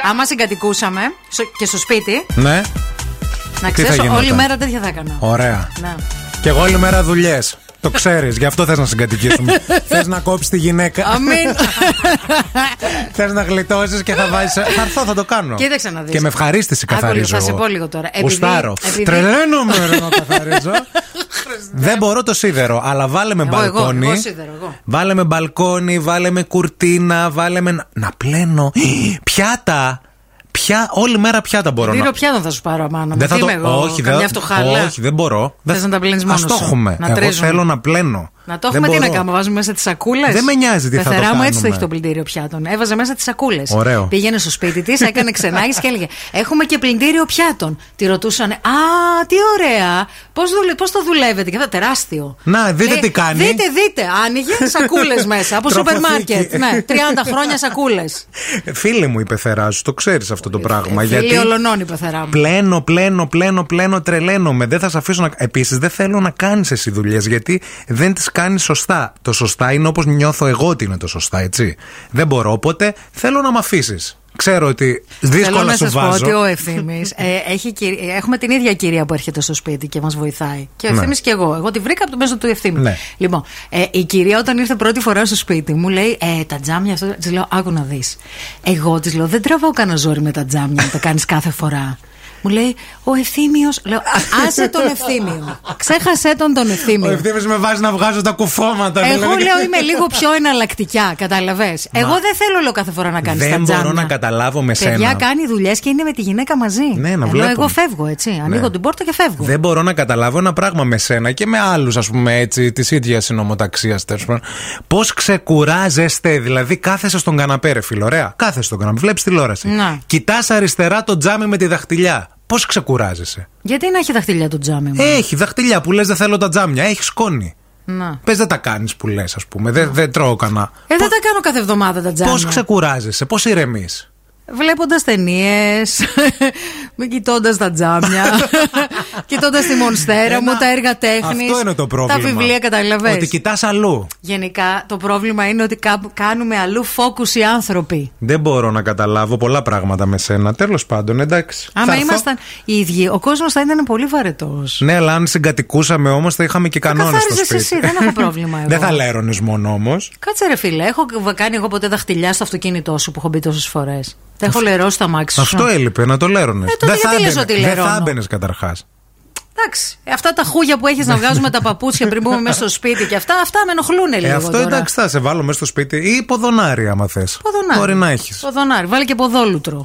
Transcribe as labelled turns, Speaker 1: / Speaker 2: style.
Speaker 1: Άμα συγκατοικούσαμε στο- και στο σπίτι,
Speaker 2: Ναι.
Speaker 1: να
Speaker 2: Τι θα
Speaker 1: ξέρει,
Speaker 2: γινόταν?
Speaker 1: όλη μέρα τέτοια θα έκανα. Ναι.
Speaker 2: Ωραία.
Speaker 1: Να.
Speaker 2: Και εγώ όλη μέρα δουλειές. Το ξέρεις, γι' αυτό θες να συγκατοικήσουμε. θες να κόψεις τη γυναίκα.
Speaker 1: Αμήν.
Speaker 2: θες να γλιτώσεις και θα βάζεις. Θα έρθω, θα το κάνω.
Speaker 1: Κοίταξε να δεις.
Speaker 2: Και με ευχαρίστηση
Speaker 1: Άκου λίγο,
Speaker 2: καθαρίζω.
Speaker 1: θα σε
Speaker 2: εγώ.
Speaker 1: πω λίγο τώρα. Επειδή-
Speaker 2: Γουστάρω.
Speaker 1: επειδή-
Speaker 2: Τρελαίνομαι ρε, να καθαρίζω. Δεν μπορώ το σίδερο, αλλά βάλε με
Speaker 1: Εγώ, εγώ,
Speaker 2: μπαλκόνι.
Speaker 1: εγώ σίδερο, εγώ.
Speaker 2: Βάλε με μπαλκόνι, βάλε με κουρτίνα, βάλε με. Να πλένω. Πιάτα. Πια, όλη μέρα πιάτα μπορώ να
Speaker 1: Δίνω πιάτο θα σου πάρω, Αμάνα.
Speaker 2: Δεν θα το...
Speaker 1: Εγώ,
Speaker 2: όχι, δεν...
Speaker 1: καμιά φτωχάλα.
Speaker 2: όχι, δεν μπορώ.
Speaker 1: Θες να τα πλένεις
Speaker 2: Ας
Speaker 1: μόνος
Speaker 2: το
Speaker 1: σου.
Speaker 2: έχουμε.
Speaker 1: Να
Speaker 2: Εγώ
Speaker 1: τρέζουν.
Speaker 2: θέλω να πλένω.
Speaker 1: Να το
Speaker 2: Δεν
Speaker 1: έχουμε, τι να
Speaker 2: μπορώ.
Speaker 1: κάνουμε, βάζουμε μέσα τις σακούλες.
Speaker 2: Δεν με νοιάζει τι θα το
Speaker 1: Πεθερά μου έτσι το
Speaker 2: κάνουμε.
Speaker 1: έχει το πλυντήριο πιάτων. Έβαζε μέσα τις σακούλες.
Speaker 2: Ωραίο.
Speaker 1: Πήγαινε στο σπίτι της, έκανε ξενάγηση και έλεγε Έχουμε και πλυντήριο πιάτων. Τη ρωτούσανε Α, τι ωραία. Πώς πώς το δουλεύετε. Και θα τεράστιο. Ε,
Speaker 2: Να, δείτε τι κάνει.
Speaker 1: Δείτε, δείτε. Άνοιγε σακούλες μέσα από σούπερ μάρκετ.
Speaker 2: Τροφοθήκη.
Speaker 1: Ναι, 30 χρόνια σακούλες.
Speaker 2: Φίλη Ε, μου η πεθερά σου, το ξέρεις αυτό το πράγμα.
Speaker 1: Ε, Φίλοι
Speaker 2: γιατί
Speaker 1: ολονών η πεθερά μου.
Speaker 2: πλένω, πλένω, πλένω, πλένω, τρελαίνομαι. Δεν θα σε αφήσω να. Επίσης, δεν θέλω να κάνεις εσύ δουλειές γιατί δεν τις κάνει σωστά. Το σωστά είναι όπως νιώθω εγώ ότι είναι το σωστά, έτσι. Δεν μπορώ, οπότε θέλω να με αφήσεις. Ξέρω ότι
Speaker 1: Θέλω
Speaker 2: δύσκολα
Speaker 1: να
Speaker 2: σου
Speaker 1: σας πω
Speaker 2: βάζω.
Speaker 1: ότι ο ε, Ευθύμη. έχουμε την ίδια κυρία που έρχεται στο σπίτι και μας βοηθάει. Και ο
Speaker 2: Ναι.
Speaker 1: Ευθύμης και εγώ. Εγώ τη βρήκα από το μέσο του Ευθύμη.
Speaker 2: Ναι.
Speaker 1: Λοιπόν, ε, η κυρία όταν ήρθε πρώτη φορά στο σπίτι μου λέει ε, Τα τζάμια αυτό. Της λέω Άκου να δεις. Εγώ της λέω Δεν τραβάω κανένα ζόρι με τα τζάμια να τα κάνεις κάθε φορά. Μου λέει Ο Ευθύμιος. Λέω Άσε τον Ευθύμιο. Ξέχασε τον τον
Speaker 2: Ο
Speaker 1: Ευθύμιος.
Speaker 2: ευθύνη με βάζει να βγάζω τα κουφώματα.
Speaker 1: Εγώ
Speaker 2: δηλαδή.
Speaker 1: λέω είμαι λίγο πιο εναλλακτικά, καταλαβέ. Εγώ δεν θέλω λέω κάθε φορά να κάνεις τα
Speaker 2: Δεν
Speaker 1: τζάμια.
Speaker 2: μπορώ να καταλάβω με
Speaker 1: Παιδιά
Speaker 2: σένα.
Speaker 1: κάνει δουλειές και είναι με τη γυναίκα μαζί.
Speaker 2: Ναι, να
Speaker 1: Ενώ
Speaker 2: βλέπουν.
Speaker 1: εγώ φεύγω, έτσι. Ανοίγω
Speaker 2: Ναι.
Speaker 1: την πόρτα και φεύγω.
Speaker 2: Δεν μπορώ να καταλάβω ένα πράγμα με σένα και με άλλους, ας πούμε, έτσι, της ίδιας συνομοταξίας. Πώς ξεκουράζεστε, δηλαδή, κάθεσαι στον καναπέ, ρε φίλο, ωραία. Κάθεσαι στον καναπέ, βλέπεις τηλεόραση.
Speaker 1: Ναι.
Speaker 2: Κοιτάς αριστερά το τζάμι με τη δαχτυλιά. Πώς ξεκουράζεσαι.
Speaker 1: Γιατί να έχει δαχτυλιά το τζάμι μου.
Speaker 2: Έχει δαχτυλιά που λες, δεν θέλω τα τζάμια. Έχεις σκόνη.
Speaker 1: Να.
Speaker 2: Πες δεν τα κάνεις που λες, ας πούμε. Δεν, δεν τρώω κανά.
Speaker 1: Ε, δεν τα κάνω κάθε εβδομάδα τα τζάμια.
Speaker 2: Πώς ξεκουράζεσαι, πώς ηρεμείς.
Speaker 1: Βλέποντας ταινίες, κοιτώντας τα τζάμια, κοιτώντας τη μονστέρα μου, τα έργα τέχνης.
Speaker 2: Αυτό είναι το πρόβλημα.
Speaker 1: Τα βιβλία, καταλαβαίνεις.
Speaker 2: Ότι κοιτάς αλλού.
Speaker 1: Γενικά το πρόβλημα είναι ότι κάπου κάνουμε αλλού focus οι άνθρωποι.
Speaker 2: Δεν μπορώ να καταλάβω πολλά πράγματα με σένα. Τέλος πάντων, εντάξει. Θα
Speaker 1: Άμα
Speaker 2: έρθω.
Speaker 1: ήμασταν οι ίδιοι, ο κόσμος θα ήταν πολύ βαρετός.
Speaker 2: Ναι, αλλά αν συγκατοικούσαμε όμως θα είχαμε και κανόνες στο
Speaker 1: καθάριζες
Speaker 2: σπίτι.
Speaker 1: εσύ, δεν έχω πρόβλημα εγώ.
Speaker 2: δεν θα λέρωνε μόνο όμως.
Speaker 1: Κάτσε ρε φίλε, έχω κάνει εγώ ποτέ δαχτυλιά στο αυτοκίνητό σου που έχω μπει τόσες φορές. Τα έχω λερώσει τα μάξι σου.
Speaker 2: Αυτό έλειπε, να το λέρωνες.
Speaker 1: Ε, τότε γιατί λες ότι
Speaker 2: δεν
Speaker 1: λερώνω.
Speaker 2: θα έμπαινες καταρχάς.
Speaker 1: Εντάξει. Αυτά τα χούγια που έχεις να βγάζουμε τα παπούτσια πριν μπούμε μέσα στο σπίτι και αυτά, αυτά με ενοχλούν λίγο.
Speaker 2: Ναι. Ε, αυτό
Speaker 1: τώρα.
Speaker 2: εντάξει, θα σε βάλω μέσα στο σπίτι ή ποδονάρι, άμα θες.
Speaker 1: Ποδονάρι.
Speaker 2: Μπορεί να έχεις.
Speaker 1: Ποδονάρι. Βάλει και ποδόλουτρο.